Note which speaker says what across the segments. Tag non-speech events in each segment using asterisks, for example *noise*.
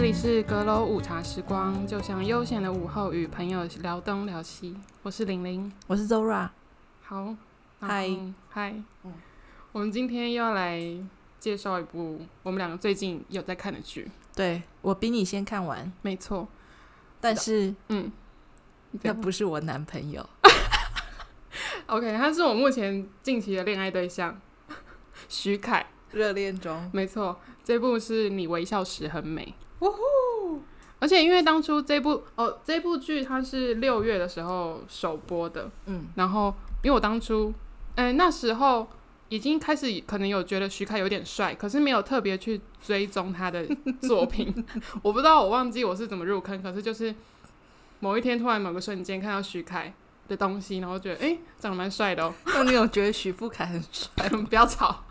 Speaker 1: 里是阁楼午茶时光，就像悠闲的午后与朋友聊东聊西。我是玲玲，
Speaker 2: 我是 Zora，
Speaker 1: 好，然
Speaker 2: 嗨
Speaker 1: 后嗨，
Speaker 2: 嗯
Speaker 1: 我们今天又要来介绍一部我们两个最近有在看的剧，
Speaker 2: 对我比你先看完，
Speaker 1: 没错，
Speaker 2: 但是
Speaker 1: 嗯，你不
Speaker 2: 那
Speaker 1: 要
Speaker 2: 不是我男朋友，
Speaker 1: OK，他是我目前近期的恋爱对象， *laughs* 徐凯。
Speaker 2: 热恋中。
Speaker 1: 没错，这部是你微笑时很美。而且因为当初这部哦这部剧它是六月的时候首播的，
Speaker 2: 嗯，
Speaker 1: 然后因为我当初，嗯、那时候已经开始可能有觉得徐凯有点帅，可是没有特别去追踪他的作
Speaker 2: *laughs*
Speaker 1: 品。我不知道我忘记我是怎么入坑，可是就是某一天突然某个瞬间看到徐凯的东西，然后觉得诶长得蛮帅的哦， *laughs*
Speaker 2: 那你有觉得许富凯很帅？
Speaker 1: 不要吵。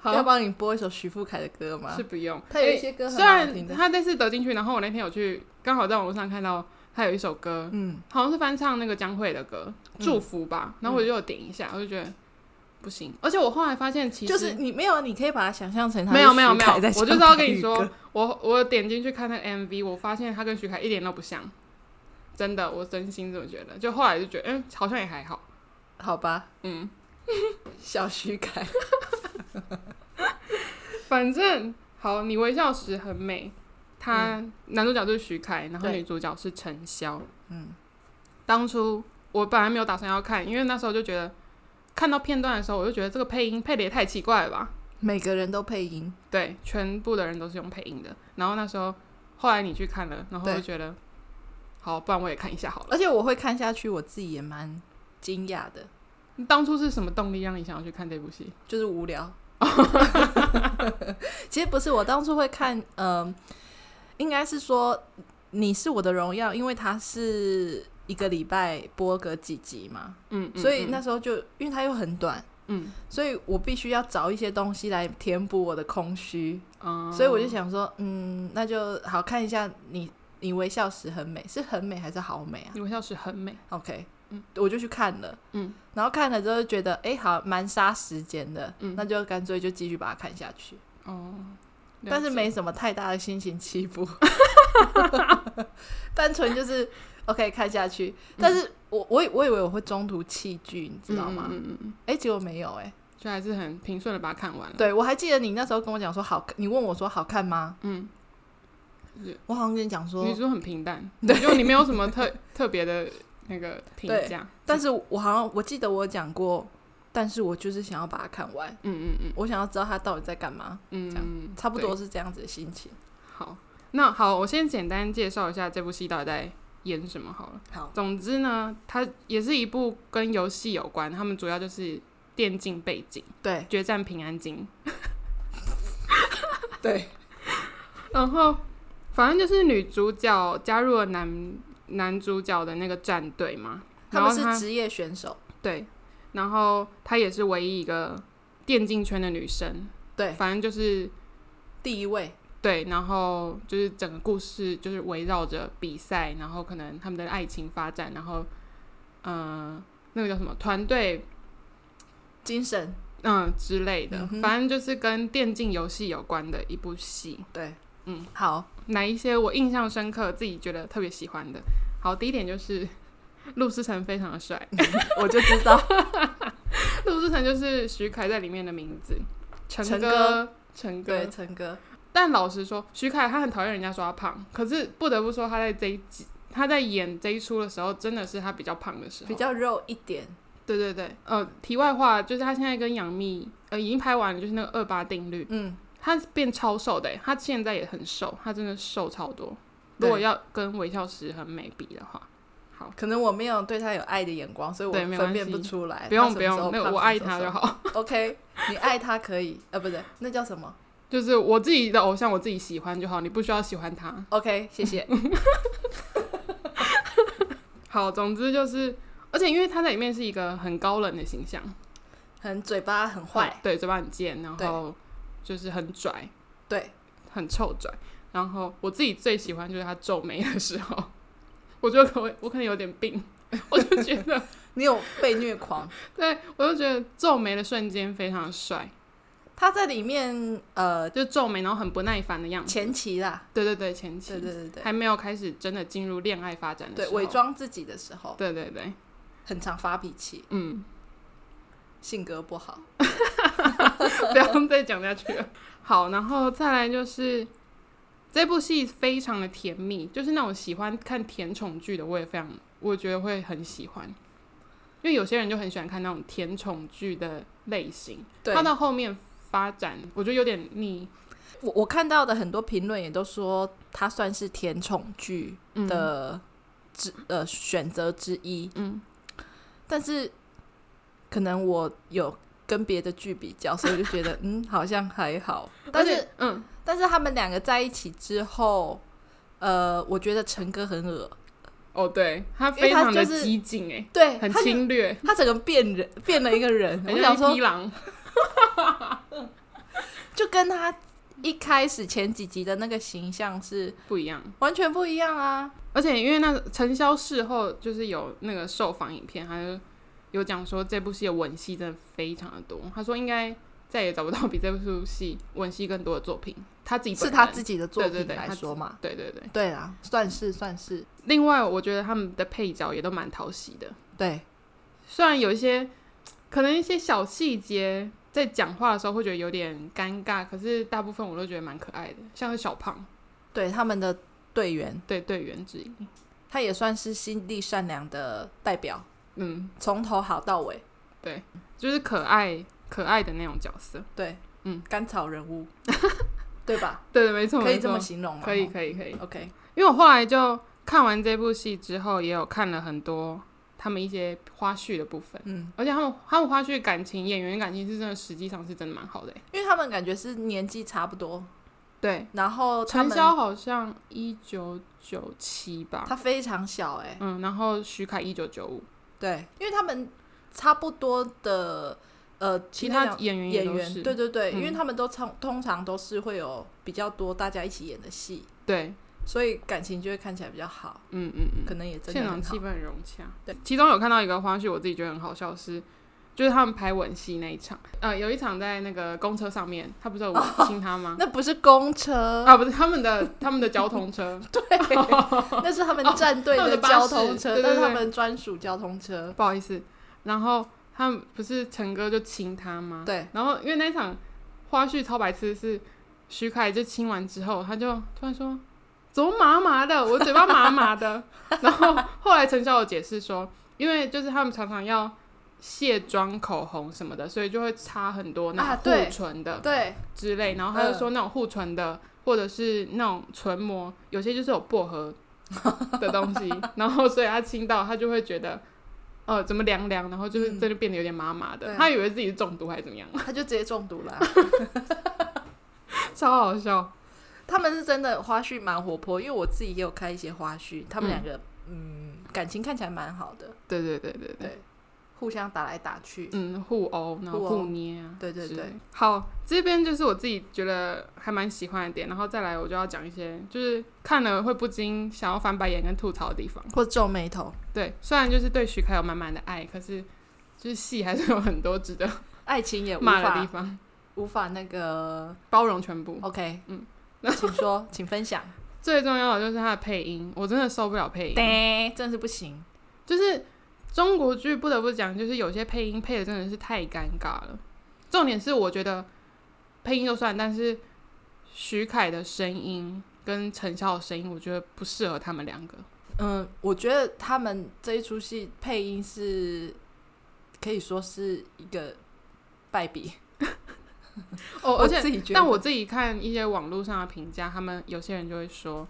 Speaker 1: 好，
Speaker 2: *laughs* 要帮你播一首许富凯的歌吗
Speaker 1: 是？不用。
Speaker 2: 他有一
Speaker 1: 诶
Speaker 2: 些歌很
Speaker 1: 虽
Speaker 2: 好听
Speaker 1: 然
Speaker 2: 的
Speaker 1: 他这次得进去，然后我那天有去，刚好在网络上看到他有一首歌，
Speaker 2: 嗯，
Speaker 1: 好像是翻唱那个江蕙的歌《
Speaker 2: 嗯
Speaker 1: 祝福》吧，然后我就有点一下，我就觉得不行。而且我后来发现，其实
Speaker 2: 就是你没有，啊你可以把它想象成他
Speaker 1: 没有没有没有，
Speaker 2: 在唱
Speaker 1: 我就是要跟
Speaker 2: 台
Speaker 1: 你
Speaker 2: 语
Speaker 1: 说
Speaker 2: 歌，，
Speaker 1: 我我点进去看那个 MV，我发现他跟徐凯一点都不像，真的，我真心这么觉得。就后来就觉得，嗯，好像也还好，
Speaker 2: 好吧，
Speaker 1: 嗯。
Speaker 2: 小许凯，
Speaker 1: 反正好，你微笑时很美。他
Speaker 2: 嗯
Speaker 1: 男主角就是徐凯，然后
Speaker 2: 对
Speaker 1: 女主角是陈潇。
Speaker 2: 嗯，
Speaker 1: 当初我本来没有打算要看，因为那时候就觉得看到片段的时候，我就觉得这个配音配的也太奇怪了吧。
Speaker 2: 每个人都配音，
Speaker 1: 对，全部的人都是用配音的。然后那时候后来你去看了，然后我
Speaker 2: 对
Speaker 1: 就觉得，好，不然我也看一下好了。
Speaker 2: 而且我会看下去，我自己也蛮惊讶的，
Speaker 1: 你当初是什么动力让你想要去看这部戏？
Speaker 2: 就是无聊。 *laughs* 其实不是，我当初会看，嗯、应该是说《你是我的荣耀》，因为它是一个礼拜播个几集嘛，
Speaker 1: 嗯，嗯
Speaker 2: 所以
Speaker 1: 嗯
Speaker 2: 那时候就因为它又很短，
Speaker 1: 嗯
Speaker 2: 所以我必须要找一些东西来填补我的空虚，
Speaker 1: 嗯
Speaker 2: 所以我就想说，嗯，那就好看一下你。你微笑时很美，是很美还是好美啊
Speaker 1: 你微笑时很美。
Speaker 2: ？OK，
Speaker 1: 嗯
Speaker 2: 我就去看了，
Speaker 1: 嗯，
Speaker 2: 然后看了之后就觉得，哎、好，蛮杀时间的，
Speaker 1: 嗯
Speaker 2: 那就干脆就继续把它看下去，
Speaker 1: 哦，了
Speaker 2: 但是
Speaker 1: 解
Speaker 2: 没什么太大的心情
Speaker 1: *laughs*
Speaker 2: 起伏，单纯就是 OK 看下去。
Speaker 1: 嗯
Speaker 2: 但是我我以我以为我会中途弃剧，你知道吗？
Speaker 1: 嗯
Speaker 2: 哎、
Speaker 1: 嗯嗯嗯嗯，
Speaker 2: 结果没有哎、
Speaker 1: 就还是很平顺的把它看完了。
Speaker 2: 对我还记得你那时候跟我讲说好看，你问我说好看吗？
Speaker 1: 嗯，
Speaker 2: 我好像跟你讲说
Speaker 1: 你，说很平
Speaker 2: *laughs*
Speaker 1: 淡，就你没有什么特特别的那个评价。
Speaker 2: 但是我好像我记得我有讲过，但是我就是想要把它看完，
Speaker 1: 嗯嗯嗯
Speaker 2: 我想要知道它到底在干嘛，这样
Speaker 1: 嗯，
Speaker 2: 差不多
Speaker 1: 对。
Speaker 2: 是这样子的心情。
Speaker 1: 好，那好，我先简单介绍一下这部戏到底在演什么好了。
Speaker 2: 好，
Speaker 1: 总之呢，它也是一部跟游戏有关，他们主要就是电竞背景，
Speaker 2: 对
Speaker 1: 决战平安京。
Speaker 2: 对，
Speaker 1: 然后，反正就是女主角加入了男男主角的那个战队嘛，
Speaker 2: 他
Speaker 1: 然后
Speaker 2: 们是
Speaker 1: 她
Speaker 2: 职业选手，
Speaker 1: 对，然后她也是唯一一个电竞圈的女生。
Speaker 2: 对，
Speaker 1: 反正就是
Speaker 2: 第一位，
Speaker 1: 对，然后就是整个故事就是围绕着比赛，然后可能他们的爱情发展，然后，呃，那个叫什么团队，
Speaker 2: 精神
Speaker 1: 嗯、之类的，
Speaker 2: 嗯哼
Speaker 1: 反正就是跟电竞游戏有关的一部戏。
Speaker 2: 对，
Speaker 1: 嗯，
Speaker 2: 好， *laughs*
Speaker 1: 哪一些我印象深刻，自己觉得特别喜欢的？好，第一点就是陆思成非常的帅， *laughs*
Speaker 2: 我就知道
Speaker 1: 陆思成就是徐凯在里面的名字，陈
Speaker 2: 陈
Speaker 1: 哥，陈哥，
Speaker 2: *laughs* 对陈哥，
Speaker 1: 但老实说，徐凯他很讨厌人家说他胖，可是不得不说他在这一集他在演这一出的时候，真的是他比较胖的时候。
Speaker 2: 比较肉一点，
Speaker 1: 对对对，呃，题外话就是他现在跟杨幂呃已经拍完了，就是那个二八定律，呃
Speaker 2: 嗯，
Speaker 1: 他变超瘦的欸，他现在也很瘦，他真的瘦超多。如
Speaker 2: 对
Speaker 1: 果要跟微笑时很美比的话，好，
Speaker 2: 可能我没有对他有爱的眼光，所以我
Speaker 1: 对没
Speaker 2: 分
Speaker 1: 关
Speaker 2: 辨不
Speaker 1: 系
Speaker 2: 出来。
Speaker 1: 哎不
Speaker 2: 他
Speaker 1: 用
Speaker 2: 什
Speaker 1: 不
Speaker 2: 么时候
Speaker 1: 用，那个
Speaker 2: 胖
Speaker 1: 我
Speaker 2: 什
Speaker 1: 爱
Speaker 2: 么
Speaker 1: 他
Speaker 2: 时
Speaker 1: 就
Speaker 2: 候
Speaker 1: 好。
Speaker 2: *laughs* OK，你爱他可以， *laughs* 呃，不对，那叫什么
Speaker 1: *laughs* 就是我自己的偶像，我自己喜欢就好，你不需要喜欢他。
Speaker 2: ？OK，谢 *laughs* 谢。
Speaker 1: 好，总之就是，而且因为他在里面是一个很高冷的形象。
Speaker 2: 很嘴巴很坏，
Speaker 1: 嗯对，嘴巴很贱，然
Speaker 2: 对
Speaker 1: 后就是很拽，
Speaker 2: 对，
Speaker 1: 很臭拽。然后我自己最喜欢就是他皱眉的时候，我觉得可能我可能有点病，我就觉得， *laughs*
Speaker 2: 你有被虐狂， *laughs*
Speaker 1: 对我就觉得皱眉的瞬间非常帅。
Speaker 2: 他在里面呃
Speaker 1: 就皱眉，然后很不耐烦的样子。
Speaker 2: 前期啦，
Speaker 1: 对对对，前期
Speaker 2: 对对对对
Speaker 1: 还没有开始真的进入恋爱发展的
Speaker 2: 对，
Speaker 1: 时候
Speaker 2: 伪。装自己的时候
Speaker 1: 对对对，
Speaker 2: 很常发脾气，
Speaker 1: 嗯，
Speaker 2: 性格不好。
Speaker 1: *laughs* 不要再讲下去了。好，然后再来就是这部戏非常的甜蜜，就是那种喜欢看甜宠剧的，我也非常，我觉得会很喜欢，因为有些人就很喜欢看那种甜宠剧的类型。
Speaker 2: 对，
Speaker 1: 它到后面发展，我觉得有点腻。
Speaker 2: 我我看到的很多评论也都说它算是甜宠剧
Speaker 1: 嗯，
Speaker 2: 的之、呃选择之一，
Speaker 1: 嗯，
Speaker 2: 但是可能我有跟别的剧比较，所以我就觉得嗯好像还好，但
Speaker 1: 而
Speaker 2: 是
Speaker 1: 且嗯，
Speaker 2: 但是他们两个在一起之后，呃，我觉得陈哥很恶，
Speaker 1: 哦，对，它
Speaker 2: 因为
Speaker 1: 非
Speaker 2: 它
Speaker 1: 常的
Speaker 2: 就是
Speaker 1: 激进、欸，
Speaker 2: 对，
Speaker 1: 很
Speaker 2: 他就
Speaker 1: 侵略，
Speaker 2: 他整个变人变了一个人，我
Speaker 1: 很像
Speaker 2: 想
Speaker 1: 一
Speaker 2: 说
Speaker 1: 匹狼。
Speaker 2: 就跟他一开始前几集的那个形象是
Speaker 1: 不一样。
Speaker 2: 完全不一样啊，
Speaker 1: 而且因为那个陈潇事后就是有那个受访影片，他就有讲说这部戏的吻戏真的非常的多，他说应该再也找不到比这部戏吻戏更多的作品，他自己
Speaker 2: 是他自
Speaker 1: 己
Speaker 2: 己的作
Speaker 1: 对对
Speaker 2: 品
Speaker 1: 对
Speaker 2: 来
Speaker 1: 他自
Speaker 2: 说嘛。
Speaker 1: 对对对。
Speaker 2: 对啦，算是算是
Speaker 1: 另外，我觉得他们的配角也都蛮讨喜的，
Speaker 2: 对，
Speaker 1: 虽然有一些可能一些小细节在讲话的时候会觉得有点尴尬，可是大部分我都觉得蛮可爱的，像是小胖
Speaker 2: 对他们的队员，
Speaker 1: 对队员之一，
Speaker 2: 他也算是心地善良的代表，
Speaker 1: 嗯，
Speaker 2: 从头好到尾，
Speaker 1: 就是可爱可爱的那种角色。
Speaker 2: 对，
Speaker 1: 嗯，
Speaker 2: 甘草
Speaker 1: *laughs*
Speaker 2: 人物，对吧？
Speaker 1: 对，没错，
Speaker 2: 可以
Speaker 1: 没
Speaker 2: 这么
Speaker 1: 错
Speaker 2: 形容吗？
Speaker 1: 可以，可以，可以。
Speaker 2: ，OK，
Speaker 1: 因为我后来就看完这部戏之后，也有看了很多他们一些花絮的部分，
Speaker 2: 嗯，
Speaker 1: 而且他们他们花絮感情、演员感情是真的，实际上是真的蛮好的欸、
Speaker 2: 因为他们感觉是年纪差不多，
Speaker 1: 对，
Speaker 2: 然后他
Speaker 1: 陈
Speaker 2: 们
Speaker 1: 潇好像一九九七吧，
Speaker 2: 他非常小、欸，哎，
Speaker 1: 嗯，然后徐凯一九九五，
Speaker 2: 对，因为他们差不多的呃，
Speaker 1: 其
Speaker 2: 那
Speaker 1: 他
Speaker 2: 两
Speaker 1: 演员也
Speaker 2: 演
Speaker 1: 都
Speaker 2: 员，
Speaker 1: 是
Speaker 2: 对对对，因为
Speaker 1: 嗯
Speaker 2: 他们都通通常都是会有比较多大家一起演的戏，
Speaker 1: 对，
Speaker 2: 所以感情就会看起来比较好，
Speaker 1: 嗯嗯嗯，
Speaker 2: 可能也真的
Speaker 1: 现场
Speaker 2: 很好
Speaker 1: 气氛很融洽。
Speaker 2: 对，
Speaker 1: 其中有看到一个花絮，我自己觉得很好笑是，就是他们拍吻戏那一场，呃，有一场在那个公车上面，他不是有吻亲他
Speaker 2: *laughs*
Speaker 1: 吗？
Speaker 2: 那不是公车，
Speaker 1: 啊，不是他们的他们的交通车，
Speaker 2: 那是他们战队
Speaker 1: 哦他们的巴士
Speaker 2: 交通车，
Speaker 1: 对对
Speaker 2: 那是他
Speaker 1: 对
Speaker 2: 们专属交通车。
Speaker 1: 不好意思。然后他们不是陈哥就亲他吗？。
Speaker 2: 对，
Speaker 1: 然后因为那场花絮超白痴是徐凯就亲完之后，他就突然说怎么麻麻的，我嘴巴麻麻的。 *laughs* 然后后来陈晓有解释说，因为就是他们常常要卸妆、口红什么的，所以就会擦很多那
Speaker 2: 啊
Speaker 1: 种
Speaker 2: 对嗯
Speaker 1: 护唇的
Speaker 2: 对，
Speaker 1: 之类。然后他就说那种护唇的。或者是那种唇膜，有些就是有薄荷的东
Speaker 2: *laughs*
Speaker 1: 西，然后所以他亲到他就会觉得，呃，怎么凉凉，然后就是
Speaker 2: 嗯
Speaker 1: 真的变得有点麻麻的，
Speaker 2: 对
Speaker 1: 他以为自己是中毒还是怎么样，
Speaker 2: 他就直接中毒
Speaker 1: *laughs*
Speaker 2: 了啊。
Speaker 1: 超好笑。
Speaker 2: 他们是真的花絮蛮活泼，因为我自己也有开一些花絮，他
Speaker 1: 嗯
Speaker 2: 们两个嗯感情看起来蛮好的，
Speaker 1: 对对对对对，
Speaker 2: 对，互相打来打去，
Speaker 1: 嗯，互殴，然后
Speaker 2: 互殴
Speaker 1: 互捏啊，
Speaker 2: 对对
Speaker 1: 之
Speaker 2: 对
Speaker 1: 类。好，这边就是我自己觉得还蛮喜欢的点，然后再来我就要讲一些就是看了会不禁想要翻白眼跟吐槽的地方。
Speaker 2: 或皱眉头。
Speaker 1: 对，虽然就是对徐凯有满满的爱，可是就是戏还是有很多值得
Speaker 2: 爱情也无
Speaker 1: 骂的地
Speaker 2: 法
Speaker 1: 方，
Speaker 2: 无法那个
Speaker 1: 包容全部。
Speaker 2: OK，
Speaker 1: 嗯，
Speaker 2: 请说，请分
Speaker 1: *laughs*
Speaker 2: 享。
Speaker 1: 最重要的就是它的配音，我真的受不了配音，
Speaker 2: 对，真的是不行。
Speaker 1: 就是中国剧不得不讲，就是有些配音配的真的是太尴尬了。重点是我觉得配音就算，但是徐凯的声音跟陈晓的声音，我觉得不适合他们两个。
Speaker 2: 嗯，我觉得他们这一出戏配音是可以说是一个败笔，
Speaker 1: 哦，而且
Speaker 2: 我自己觉得，
Speaker 1: 但我自己看一些网络上的评价，他们有些人就会说，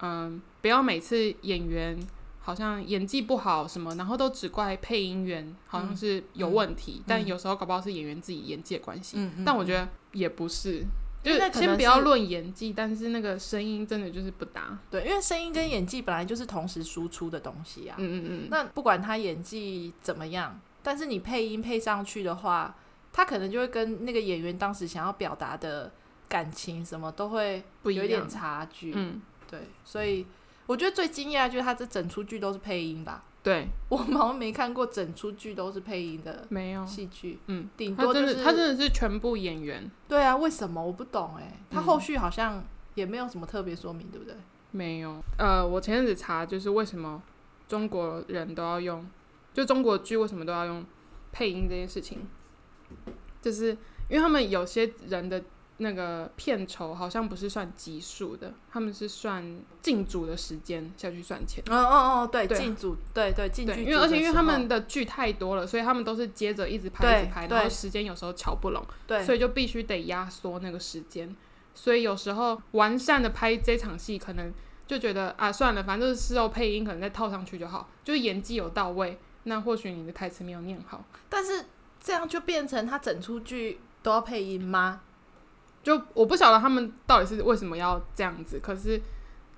Speaker 1: 嗯，不要每次演员好像演技不好什么，然后都只怪配音员好像是有问题，但有时候搞不好是演员自己演技的关系。
Speaker 2: 嗯嗯，
Speaker 1: 但我觉得也不是，就
Speaker 2: 那
Speaker 1: 是
Speaker 2: 可能
Speaker 1: 先不要
Speaker 2: 是
Speaker 1: 论演技，但是那个声音真的就是不搭。
Speaker 2: 对，因为声音跟演技本来就是同时输出的东西啊。
Speaker 1: 嗯嗯嗯，
Speaker 2: 那不管他演技怎么样，但是你配音配上去的话，他可能就会跟那个演员当时想要表达的感情什么都会
Speaker 1: 不一
Speaker 2: 有一点
Speaker 1: 样。
Speaker 2: 差距。
Speaker 1: 嗯，
Speaker 2: 对，所以我觉得最惊讶的就是他这整出剧都是配音吧。
Speaker 1: 对，
Speaker 2: 我们好像没看过整出剧都是配音的
Speaker 1: 没有，
Speaker 2: 戏剧，
Speaker 1: 嗯，
Speaker 2: 顶
Speaker 1: 他
Speaker 2: 多
Speaker 1: 真
Speaker 2: 就
Speaker 1: 的
Speaker 2: 是
Speaker 1: 他真的是全部演员
Speaker 2: 对啊，为什么我不懂哎、他
Speaker 1: 嗯
Speaker 2: 后续好像也没有什么特别说明，对不对？
Speaker 1: 没有。呃，我前阵子查就是为什么中国人都要用，就中国剧为什么都要用配音这件事情，就是因为他们有些人的那个片酬好像不是算集数的，他们是算进组的时间下去算钱。
Speaker 2: 哦哦哦，对，
Speaker 1: 对
Speaker 2: 进组，对对进
Speaker 1: 对，
Speaker 2: 剧
Speaker 1: 因
Speaker 2: 组的时候，
Speaker 1: 为而且因为他们的剧太多了，所以他们都是接着一直拍，
Speaker 2: 对
Speaker 1: 一直拍，
Speaker 2: 对
Speaker 1: 然后时间有时候瞧不拢，
Speaker 2: 对
Speaker 1: 所以就必须得压缩那个时间。所以有时候完善的拍这场戏，可能就觉得啊，算了，反正就是事后配音，可能再套上去就好，就是演技有到位。那或许你的台词没有念好，
Speaker 2: 但是这样就变成他整出剧都要配音吗？
Speaker 1: 就我不晓得他们到底是为什么要这样子。可是，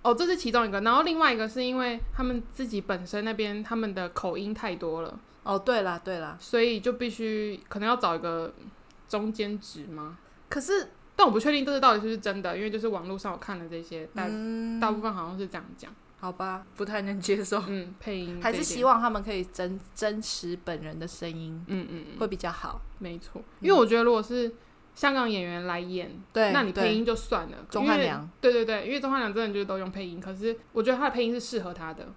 Speaker 1: 哦，这是其中一个，然后另外一个是因为他们自己本身那边他们的口音太多了。
Speaker 2: 哦，对啦对啦，
Speaker 1: 所以就必须可能要找一个中间值吗？
Speaker 2: 可是
Speaker 1: 但我不确定这是到底是不是真的，因为就是网络上我看的这些，大、
Speaker 2: 嗯，
Speaker 1: 大部分好像是这样讲。
Speaker 2: 好吧，不太能接受，
Speaker 1: 嗯，配音
Speaker 2: *laughs* 哦还
Speaker 1: 这
Speaker 2: 是
Speaker 1: 一
Speaker 2: 希
Speaker 1: 点。
Speaker 2: 望他们可以真真实本人的声音
Speaker 1: 嗯嗯嗯，
Speaker 2: 会比较好。
Speaker 1: 没错。因为我觉得如果是香港演员来演，
Speaker 2: 对，
Speaker 1: 那你
Speaker 2: 对
Speaker 1: 配音就算了。
Speaker 2: 钟
Speaker 1: 因为
Speaker 2: 汉良，
Speaker 1: 对对对，因为钟汉良真的就是都用配音，可是我觉得他的配音是适合他的，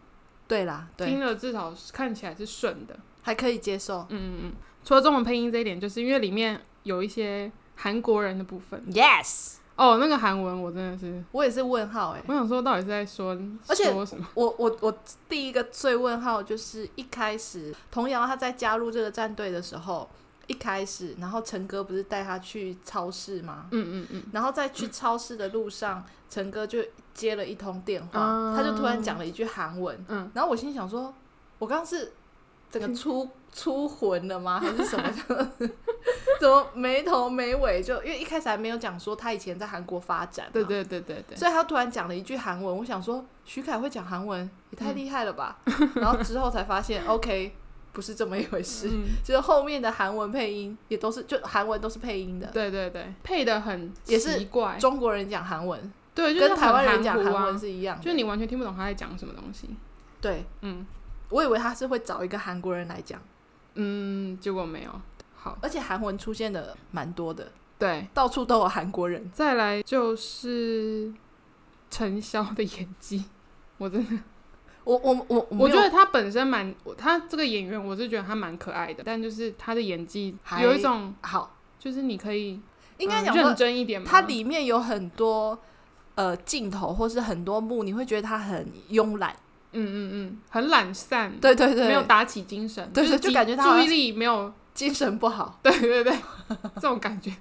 Speaker 2: 对啦，对
Speaker 1: 听，了至少是看起来是顺的。
Speaker 2: 还可以接受。
Speaker 1: 嗯嗯嗯。除了中文配音这一点，就是因为里面有一些韩国人的部分
Speaker 2: Yes，
Speaker 1: 哦，那个韩文我真的是。
Speaker 2: 我也是问号哎、
Speaker 1: 我想说，到底是在说
Speaker 2: 而且
Speaker 1: 说什么？
Speaker 2: 我我我第一个最问号就是一开始童谣他在加入这个战队的时候，一开始，然后陈哥不是带他去超市吗？
Speaker 1: 嗯嗯嗯，
Speaker 2: 然后在去超市的路上，陈哥就接了一通电话，
Speaker 1: 啊
Speaker 2: 他就突然讲了一句韩文，
Speaker 1: 嗯
Speaker 2: 然后我心想说，我刚刚是整个出出魂了吗，还是什么？就是 *laughs* 怎么没头没尾就？因为一开始还没有讲说他以前在韩国发展，
Speaker 1: 对，对对对对，
Speaker 2: 所以他突然讲了一句韩文，我想说徐凯会讲韩文也
Speaker 1: 嗯
Speaker 2: 太厉害
Speaker 1: *laughs*
Speaker 2: 了吧，然后之后才发现，OK，不是这么一回事，
Speaker 1: 嗯，
Speaker 2: 就是后面的韩文配音也都是就韩文都是配音的，
Speaker 1: 对对对，配的很
Speaker 2: 也是
Speaker 1: 奇怪，
Speaker 2: 中国人讲韩文。
Speaker 1: 对，就是
Speaker 2: 跟台湾人讲
Speaker 1: 很
Speaker 2: 韩
Speaker 1: 含糊
Speaker 2: 文
Speaker 1: 啊，
Speaker 2: 是一样的，
Speaker 1: 就是你完全听不懂他在讲什么东西。
Speaker 2: 对
Speaker 1: 嗯
Speaker 2: 我以为他是会找一个韩国人来讲，
Speaker 1: 嗯，结果没有。好，
Speaker 2: 而且韩文出现的蛮多的，
Speaker 1: 对，
Speaker 2: 到处都有韩国人。
Speaker 1: 再来就是陈潇的演技，我真的，
Speaker 2: 我我我
Speaker 1: 我
Speaker 2: 没
Speaker 1: 觉
Speaker 2: 有
Speaker 1: 得他本身蛮，我他这个演员我是觉得他蛮可爱的，但就是他的演技
Speaker 2: 还
Speaker 1: 有一种，
Speaker 2: 好，
Speaker 1: 就是你可以
Speaker 2: 应该
Speaker 1: 嗯
Speaker 2: 讲
Speaker 1: 认
Speaker 2: 说
Speaker 1: 真一点嘛，
Speaker 2: 它里面有很多呃镜头或是很多幕，你会觉得它很慵懒。
Speaker 1: 嗯嗯嗯，很懒散，
Speaker 2: 对对对，
Speaker 1: 没有打起精神，
Speaker 2: 对对
Speaker 1: 是
Speaker 2: 就
Speaker 1: 集
Speaker 2: 感觉他好
Speaker 1: 注
Speaker 2: 像
Speaker 1: 意力没有， *laughs*
Speaker 2: 精神不好，
Speaker 1: 对对对，这种感觉。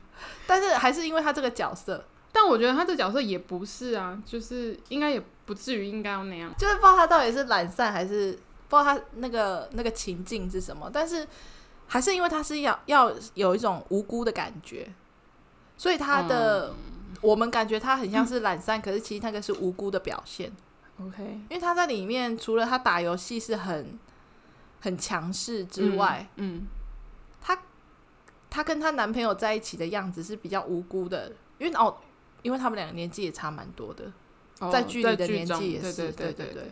Speaker 2: 但是还是因为他这个角色，
Speaker 1: 但我觉得他这角色也不是啊，就是应该也不至于应该要那样。
Speaker 2: 就是不知道他到底是懒散还是不知道他那个那个情境是什么，但是还是因为他是要要有一种无辜的感觉，所以他
Speaker 1: 嗯
Speaker 2: 的、我们感觉他很像是懒散，可是其实那个是无辜的表现，
Speaker 1: OK，
Speaker 2: 因为他在里面除了他打游戏是很很强势之外，，
Speaker 1: 嗯，
Speaker 2: 她跟她男朋友在一起的样子是比较无辜的，因为哦，因为他们两个年纪也差蛮多的，
Speaker 1: 哦
Speaker 2: 在剧里的年
Speaker 1: 中
Speaker 2: 纪也
Speaker 1: 对
Speaker 2: 是，
Speaker 1: 对
Speaker 2: 对
Speaker 1: 对。哦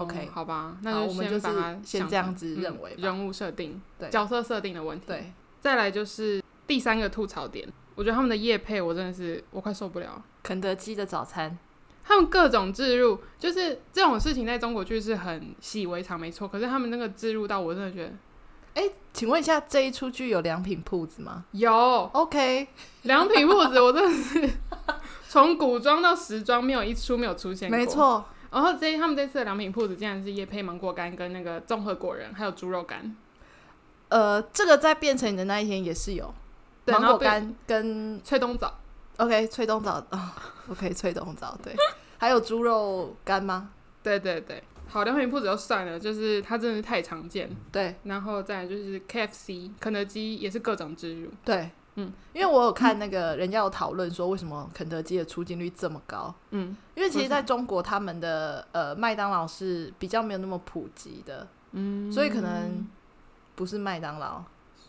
Speaker 2: OK
Speaker 1: 好吧，
Speaker 2: 好
Speaker 1: 那
Speaker 2: 我们就是
Speaker 1: 把它
Speaker 2: 先
Speaker 1: 想
Speaker 2: 这样子
Speaker 1: 嗯
Speaker 2: 认为吧
Speaker 1: 人物设定、
Speaker 2: 对
Speaker 1: 角色设定的问题。，
Speaker 2: 对，
Speaker 1: 再来就是第三个吐槽点，我觉得他们的夜配我真的是我快受不了了。
Speaker 2: 肯德基的早餐，
Speaker 1: 他们各种置入，就是这种事情在中国剧是很习以为常，没错。可是他们那个置入到我真的觉得
Speaker 2: 请问一下，这一出剧有良品铺子吗
Speaker 1: 有
Speaker 2: ？OK，
Speaker 1: 良品铺子，我真的是从古装到时装没有一出没有出现过。
Speaker 2: 没。错，
Speaker 1: 然后这他们这次的良品铺子竟然是椰配芒果干跟那个综合果仁还有猪肉干，
Speaker 2: 呃，这个在变成你的那一天也是有
Speaker 1: 对
Speaker 2: 芒
Speaker 1: 然
Speaker 2: 果
Speaker 1: 后被
Speaker 2: 干跟
Speaker 1: 翠东枣
Speaker 2: OK 翠冬枣啊、o k 翠冬枣，对，还有猪肉干吗？
Speaker 1: 对对对，好，良品铺子就算了，就是它真的是太常见。
Speaker 2: 对
Speaker 1: 然后再来就是 KFC、肯德基也是各种置入，
Speaker 2: 对，
Speaker 1: 嗯，
Speaker 2: 因为我有看那个人家有讨论说为什么肯德基的出镜率这么高，
Speaker 1: 嗯
Speaker 2: 因为其实在中国，他们的呃麦当劳是比较没有那么普及的，
Speaker 1: 嗯，
Speaker 2: 所以可能不是麦当劳。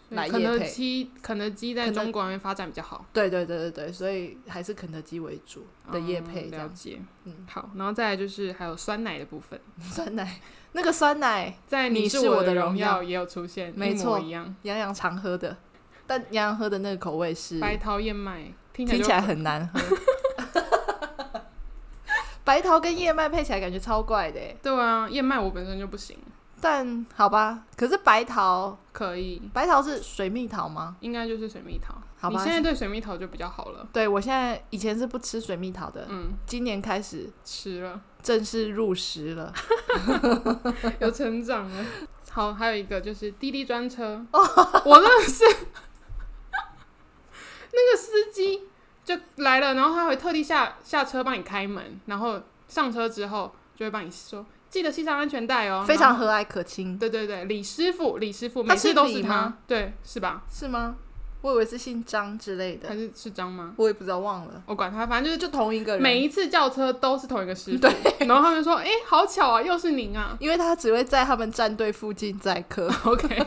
Speaker 1: 所
Speaker 2: 来
Speaker 1: 以肯
Speaker 2: 业
Speaker 1: 德
Speaker 2: 配
Speaker 1: 基肯德基在
Speaker 2: 肯德
Speaker 1: 中国那边发展比较好
Speaker 2: 对对对对对，所以还是肯德基为主的业
Speaker 1: 哦
Speaker 2: 配这
Speaker 1: 了
Speaker 2: 样。
Speaker 1: 解，
Speaker 2: 嗯，
Speaker 1: 好，然后再来就是还有酸奶的部分，
Speaker 2: 酸奶那个酸奶
Speaker 1: 在《
Speaker 2: 你
Speaker 1: 你
Speaker 2: 是
Speaker 1: 是
Speaker 2: 我
Speaker 1: 我
Speaker 2: 的
Speaker 1: 的
Speaker 2: 荣
Speaker 1: 荣
Speaker 2: 耀
Speaker 1: 耀》也有出现，
Speaker 2: 没
Speaker 1: 一
Speaker 2: 错
Speaker 1: 模一样。
Speaker 2: 洋洋常喝的，但洋洋喝的那个口味是
Speaker 1: 白桃燕麦听
Speaker 2: 听
Speaker 1: 就
Speaker 2: 起来很
Speaker 1: *laughs*
Speaker 2: 难喝。白桃跟燕麦配起来感觉超怪的耶，
Speaker 1: 对啊，燕麦我本身就不行，
Speaker 2: 但好吧，可是白桃
Speaker 1: 可以，
Speaker 2: 白桃是水蜜桃吗？
Speaker 1: 应该就是水蜜桃。
Speaker 2: 好吧
Speaker 1: 你现在对水蜜桃就比较好了，
Speaker 2: 对我现在以前是不吃水蜜桃的，
Speaker 1: 嗯，
Speaker 2: 今年开始
Speaker 1: 吃了
Speaker 2: 正式入食了。
Speaker 1: *laughs* 有成长了。好，还有一个就是滴滴专车，
Speaker 2: 哦
Speaker 1: 我真的是 *laughs* 那个司机就来了，然后他会特地下下车帮你开门，然后上车之后就会帮你说记得系上安全带哦，
Speaker 2: 非常
Speaker 1: 然后
Speaker 2: 和蔼可亲，
Speaker 1: 对对对，李师傅，李师傅，
Speaker 2: 他
Speaker 1: 每次
Speaker 2: 姓
Speaker 1: 都
Speaker 2: 李
Speaker 1: 是
Speaker 2: 吗
Speaker 1: 他，对，是吧？
Speaker 2: 是吗？我以为是姓张之类
Speaker 1: 还
Speaker 2: 的，
Speaker 1: 是是张吗？
Speaker 2: 我也不知道忘了，
Speaker 1: 我管他，反正就是
Speaker 2: 就同一个人。
Speaker 1: 每一次叫车都是同一个师傅，然后他们说：“哎、好巧啊，又是您
Speaker 2: *laughs*
Speaker 1: 啊。
Speaker 2: 因为他只会在他们战队附近载
Speaker 1: *laughs*
Speaker 2: 客，”
Speaker 1: OK，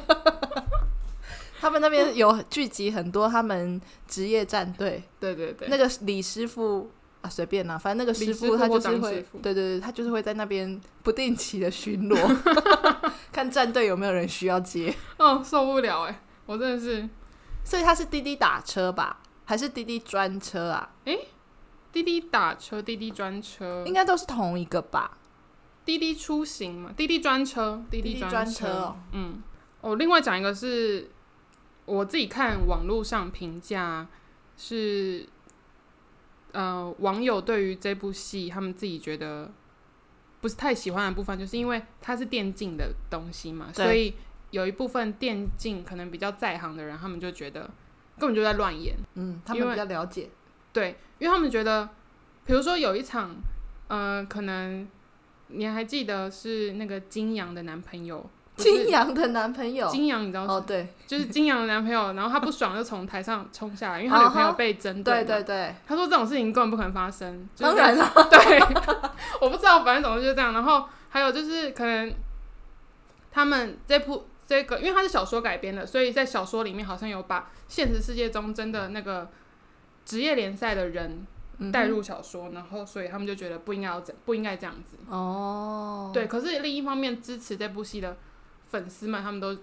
Speaker 2: 他们那边有聚集很多他们职业战队。
Speaker 1: 对对对，
Speaker 2: 那个李师傅啊，随便啦、反正那个
Speaker 1: 李
Speaker 2: 师
Speaker 1: 师
Speaker 2: 傅
Speaker 1: 傅
Speaker 2: 他
Speaker 1: 或
Speaker 2: 就是
Speaker 1: 张
Speaker 2: 会
Speaker 1: 师傅，
Speaker 2: 对对对，他就是会在那边不定期的巡逻，
Speaker 1: *laughs*
Speaker 2: 看战队有没有人需要接。
Speaker 1: 嗯，受不了哎、我真的是
Speaker 2: 所以他是滴滴打车吧，还是滴滴专车啊？
Speaker 1: 滴滴打车、滴滴专车
Speaker 2: 应、该都是同一个吧？
Speaker 1: 滴滴出行嘛，滴滴专车、滴
Speaker 2: 滴滴
Speaker 1: 专
Speaker 2: 专车哦
Speaker 1: 嗯，哦，另外讲一个是我自己看网络上评价是，呃，网友对于这部戏他们自己觉得不是太喜欢的部分，就是因为它是电竞的东西嘛，
Speaker 2: 对
Speaker 1: 所以有一部分电竞可能比较在行的人，他们就觉得根本就在乱演，
Speaker 2: 嗯，他们
Speaker 1: 因为
Speaker 2: 比较了解。
Speaker 1: 对，因为他们觉得，比如说有一场，呃，可能你还记得是那个金阳的男朋友，不是
Speaker 2: 金阳的男朋友
Speaker 1: 金阳，你知道是
Speaker 2: 哦，对
Speaker 1: 就是金阳的男朋友，然后他不爽就从台上冲下来，因为他女朋友被针
Speaker 2: 哦
Speaker 1: 对
Speaker 2: 对对
Speaker 1: 嘛
Speaker 2: 对，
Speaker 1: 他说这种事情根本不可能发生。就是
Speaker 2: 当然了，
Speaker 1: 对， *laughs* 我不知道，反正总之就是这样。然后还有就是可能他们这部这个，因为它是小说改编的，所以在小说里面好像有把现实世界中真的那个职业联赛的人
Speaker 2: 嗯
Speaker 1: 带入小说，然后所以他们就觉得不应该要这不应该这样子。
Speaker 2: 哦，
Speaker 1: 对，可是另一方面支持这部戏的粉丝们，他们都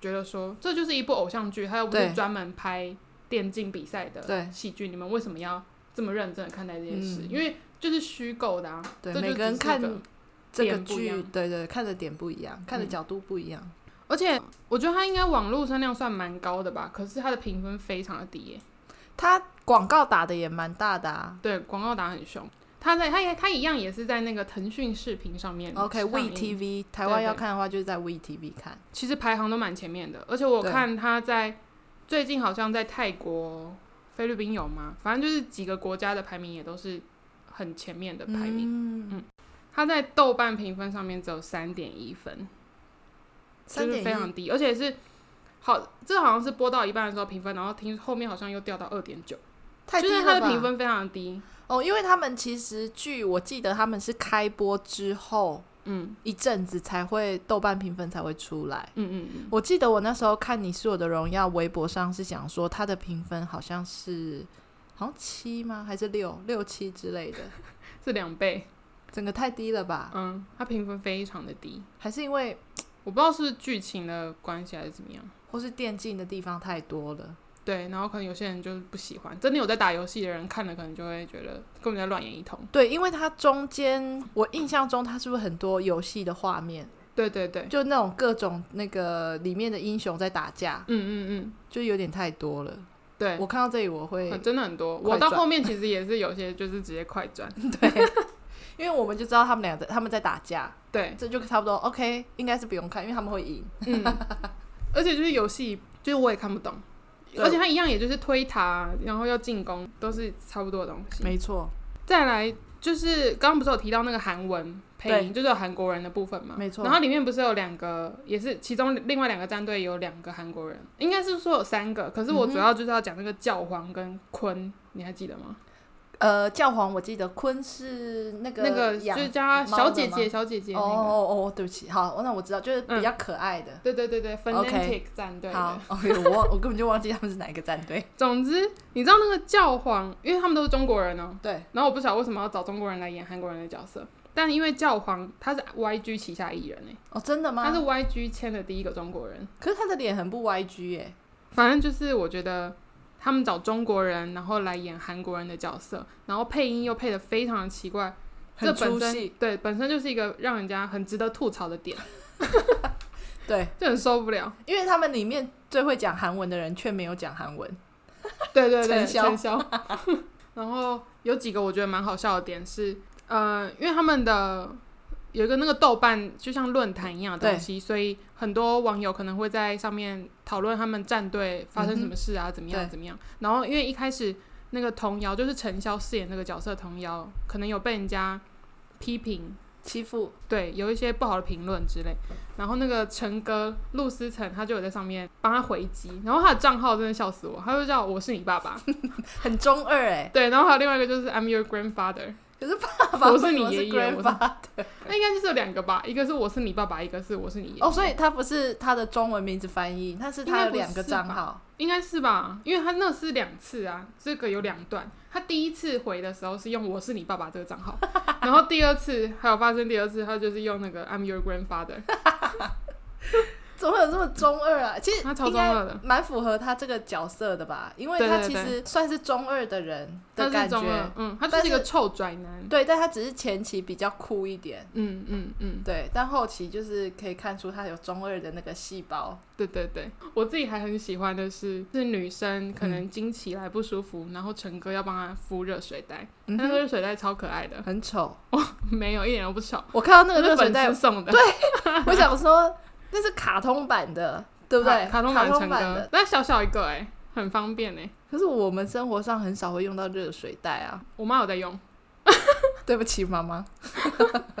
Speaker 1: 觉得说这就是一部偶像剧，它又不
Speaker 2: 对
Speaker 1: 是专门拍电竞比赛
Speaker 2: 对
Speaker 1: 的戏剧，你们为什么要这么认真的看待这件事？
Speaker 2: 嗯
Speaker 1: 因为就是虚构的啊，
Speaker 2: 对
Speaker 1: 这就
Speaker 2: 每个人
Speaker 1: 只是
Speaker 2: 看
Speaker 1: 一个
Speaker 2: 这个
Speaker 1: 点不一
Speaker 2: 剧
Speaker 1: 样嗯
Speaker 2: 对对看的点不一样，看的角度不一样。
Speaker 1: 而且我觉得它应该网络声量算蛮高的吧，可是它的评分非常的低耶、
Speaker 2: 他广告打的也蛮大的啊。
Speaker 1: 对，广告打很凶。它在它也它一样也是在那个腾讯视频上面嗯上
Speaker 2: OK，We
Speaker 1: 映
Speaker 2: TV 台湾
Speaker 1: 对
Speaker 2: 要看的话，就是在 We TV 看。
Speaker 1: 其实排行都蛮前面的，而且我
Speaker 2: 对
Speaker 1: 看他在最近好像在泰国、菲律宾有吗？反正就是几个国家的排名也都是很前面的排名。嗯
Speaker 2: 名
Speaker 1: 他在豆瓣评分上面只有三点一分，就
Speaker 2: 三
Speaker 1: 是
Speaker 2: 点
Speaker 1: 非常
Speaker 2: 一，
Speaker 1: 低，而且是好，这好像是播到一半的时候评分，然后听后面好像又掉到二点九，
Speaker 2: 太低
Speaker 1: 就是
Speaker 2: 了
Speaker 1: 他
Speaker 2: 吧？
Speaker 1: 的评分非常低。
Speaker 2: 哦，因为他们其实剧我记得他们是开播之后
Speaker 1: 嗯
Speaker 2: 一阵子才会豆瓣评分才会出来。
Speaker 1: 嗯嗯嗯，
Speaker 2: 我记得我那时候看《你是我的荣耀》，微博上是讲说它的评分好像是好像七吗？还是六六七之类的，
Speaker 1: 是两倍。
Speaker 2: 整个太低了吧？
Speaker 1: 嗯，他评分非常的低，
Speaker 2: 还是因为
Speaker 1: 我不知道是不是剧情的关系还是怎么样。
Speaker 2: 或是电竞的地方太多了？
Speaker 1: 对，然后可能有些人就是不喜欢，真的有在打游戏的人看了，可能就会觉得根本在乱演一通。
Speaker 2: 对，因为它中间我印象中它是不是很多游戏的画面，
Speaker 1: 对对对，
Speaker 2: 就那种各种那个里面的英雄在打架，
Speaker 1: 嗯嗯
Speaker 2: 就有点太多了。
Speaker 1: 嗯，对，
Speaker 2: 我看到这里我会
Speaker 1: 很真的很多。
Speaker 2: 快
Speaker 1: 我到
Speaker 2: 转
Speaker 1: 后面其实也是有些就是直接快
Speaker 2: *laughs*
Speaker 1: 转，
Speaker 2: 因为我们就知道他们俩在他们在打架，
Speaker 1: 对，
Speaker 2: 这就差不多 OK，应该是不用看，因为他们会赢。
Speaker 1: 嗯，而且就是游戏，就是我也看不懂，
Speaker 2: 对
Speaker 1: 而且它一样也就是推塔，然后要进攻，都是差不多的东西。
Speaker 2: 没错，
Speaker 1: 再来就是刚刚不是有提到那个韩文配音，就是有韩国人的部分嘛，
Speaker 2: 没错
Speaker 1: 然后里面不是有两个，也是其中另外两个战队有两个韩国人，应该是说有三个，可是我主要就是要讲那个教皇跟坤，你还记得吗？
Speaker 2: 呃，教皇我记得坤是那个
Speaker 1: 那个
Speaker 2: 养
Speaker 1: 就是叫她
Speaker 2: 猫的
Speaker 1: 小姐
Speaker 2: 吗
Speaker 1: 姐，小姐姐
Speaker 2: 哦
Speaker 1: 那个。嗯
Speaker 2: 哦哦，对不起，好，那我知道，就是比较可爱的。
Speaker 1: 对对对对 f a n
Speaker 2: OK
Speaker 1: a t i c 战队的。
Speaker 2: 好，
Speaker 1: *laughs*
Speaker 2: 哦，哎呦我忘，我根本就忘记他们是哪一个战队。
Speaker 1: 总之，你知道那个教皇，因为他们都是中国人哦、
Speaker 2: 对，
Speaker 1: 然后我不晓得为什么要找中国人来演韩国人的角色，但因为教皇他是 YG 旗下艺人哎、
Speaker 2: 哦，真的吗？
Speaker 1: 他是 YG 签的第一个中国人。
Speaker 2: 可是他的脸很不 YG 耶、
Speaker 1: 反正就是我觉得他们找中国人，然后来演韩国人的角色，然后配音又配的非常的奇怪，这
Speaker 2: 很
Speaker 1: 本
Speaker 2: 出
Speaker 1: 身
Speaker 2: 戏。
Speaker 1: 对本身就是一个让人家很值得吐槽的点，
Speaker 2: 对，
Speaker 1: 就很受不了。
Speaker 2: 因为他们里面最会讲韩文的人却没有讲韩文。
Speaker 1: 对对对，
Speaker 2: 陈潇
Speaker 1: 陈潇。 *laughs* 然后有几个我觉得蛮好笑的点是，呃，因为他们的有一个那个豆瓣就像论坛一样的东西，所以很多网友可能会在上面讨论他们战队发生什么事啊，怎么样
Speaker 2: 对
Speaker 1: 怎么样。然后因为一开始那个童谣就是陈潇饰演那个角色的童谣，可能有被人家批评，
Speaker 2: 欺负
Speaker 1: 对，有一些不好的评论之类。然后那个陈哥陆思成他就有在上面帮他回击，然后他的账号真的笑死我，他就叫我是你爸爸，
Speaker 2: 很中二哎、
Speaker 1: *laughs* 对，然后还有另外一个就是 I'm your grandfather，
Speaker 2: 可是爸爸
Speaker 1: 我是
Speaker 2: 为什
Speaker 1: 你
Speaker 2: 么
Speaker 1: 爷
Speaker 2: 是
Speaker 1: 爷
Speaker 2: g r a n d
Speaker 1: 我
Speaker 2: f a
Speaker 1: 那应该就是有两个吧，一个是我是你爸爸，一个是我是你爷爷
Speaker 2: 哦，所以他不是他的中文名字翻译，他是
Speaker 1: 应
Speaker 2: 他
Speaker 1: 该
Speaker 2: 有
Speaker 1: 不
Speaker 2: 两个
Speaker 1: 是啊
Speaker 2: 账
Speaker 1: 吧
Speaker 2: 号。
Speaker 1: 应该是吧，因为他那是两次啊，这个有两段。他第一次回的时候是用我是你爸爸这个账
Speaker 2: *laughs*
Speaker 1: 号，然后第二次还有发生第二次，他就是用那个 I'm your
Speaker 2: *laughs*
Speaker 1: grandfather，
Speaker 2: 怎么会有这么中二啊？其实
Speaker 1: 他超
Speaker 2: 应
Speaker 1: 中二
Speaker 2: 该
Speaker 1: 的
Speaker 2: 蛮符合他这个角色的吧，因为
Speaker 1: 对
Speaker 2: 他
Speaker 1: 对
Speaker 2: 其
Speaker 1: 对
Speaker 2: 实算是中二的人
Speaker 1: 他
Speaker 2: 的
Speaker 1: 是
Speaker 2: 感
Speaker 1: 中二
Speaker 2: 觉，，
Speaker 1: 嗯，他就是一个臭拽男，
Speaker 2: 对，但他只是前期比较酷一点，
Speaker 1: 嗯嗯嗯，
Speaker 2: 对，但后期就是可以看出他有中二的那个细胞，
Speaker 1: 对对对。我自己还很喜欢的是，是女生
Speaker 2: 嗯
Speaker 1: 可能经期来不舒服，然后陈哥要帮她敷热水袋，
Speaker 2: 嗯
Speaker 1: 那
Speaker 2: 哼
Speaker 1: 个热水袋超可爱的，
Speaker 2: 很丑。
Speaker 1: 没有一点都不丑，
Speaker 2: 我看到那个
Speaker 1: 是
Speaker 2: 热水
Speaker 1: 粉丝
Speaker 2: 袋，
Speaker 1: 送的，
Speaker 2: 我想说那是卡通版的，对不对？
Speaker 1: 卡
Speaker 2: 卡
Speaker 1: 通版陈哥
Speaker 2: 的，，
Speaker 1: 那小小一个哎、很方便哎、
Speaker 2: 可是我们生活上很少会用到热水袋啊。
Speaker 1: 我妈有在用，
Speaker 2: 对不起，妈 *laughs* 妈。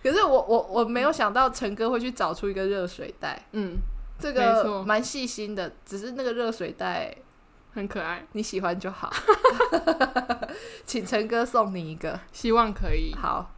Speaker 2: 可是我我我没有想到陈哥会去找出一个热水袋。
Speaker 1: 嗯，
Speaker 2: 这
Speaker 1: 没错
Speaker 2: 个蛮细心的，只是那个热水袋
Speaker 1: 很可爱，
Speaker 2: 你喜欢就好。 *laughs* 请陈哥送你一个，
Speaker 1: 希望可以。
Speaker 2: 好，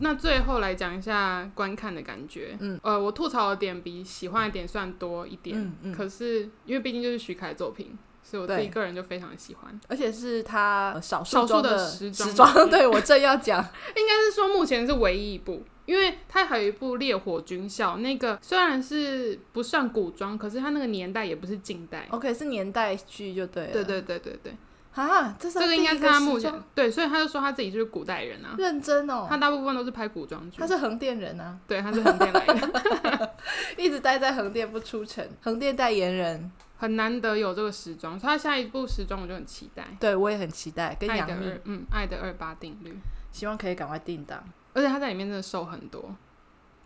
Speaker 1: 那最后来讲一下观看的感觉，
Speaker 2: 嗯，
Speaker 1: 呃，我吐槽的点比喜欢的点算多一点，
Speaker 2: 嗯嗯
Speaker 1: 可是因为毕竟就是徐凯的作品，所以我自己
Speaker 2: 对
Speaker 1: 个人就非常喜欢。
Speaker 2: 而且是他呃少
Speaker 1: 少
Speaker 2: 数
Speaker 1: 数
Speaker 2: 中
Speaker 1: 的
Speaker 2: 的
Speaker 1: 时装
Speaker 2: 时装， *laughs* 对我正要讲，
Speaker 1: 应该是说目前是唯一一部，因为它还有一部《烈火军校》，那个虽然是不算古装，可是它那个年代也不是近代，
Speaker 2: OK 是年代剧就哦对了，
Speaker 1: 对对对对对。
Speaker 2: 啊，这是
Speaker 1: 这
Speaker 2: 他
Speaker 1: 个应该
Speaker 2: 第一
Speaker 1: 是他
Speaker 2: 时
Speaker 1: 目前
Speaker 2: 装
Speaker 1: 对，所以他就说他自己就是古代人啊，
Speaker 2: 认真哦，
Speaker 1: 他大部分都是拍古装剧
Speaker 2: 他，是横店
Speaker 1: *laughs*
Speaker 2: 人啊，
Speaker 1: 对，他是横店来的，
Speaker 2: 一直待在横店不出城，横店代言人，
Speaker 1: 很难得有这个时装，所以他下一部时装我就很期待，
Speaker 2: 对我也很期待，跟
Speaker 1: 爱
Speaker 2: 杨
Speaker 1: 的
Speaker 2: 幂
Speaker 1: 二，嗯，爱的二八定律，
Speaker 2: 希望可以赶快定档。
Speaker 1: 而且他在里面真的瘦很多，我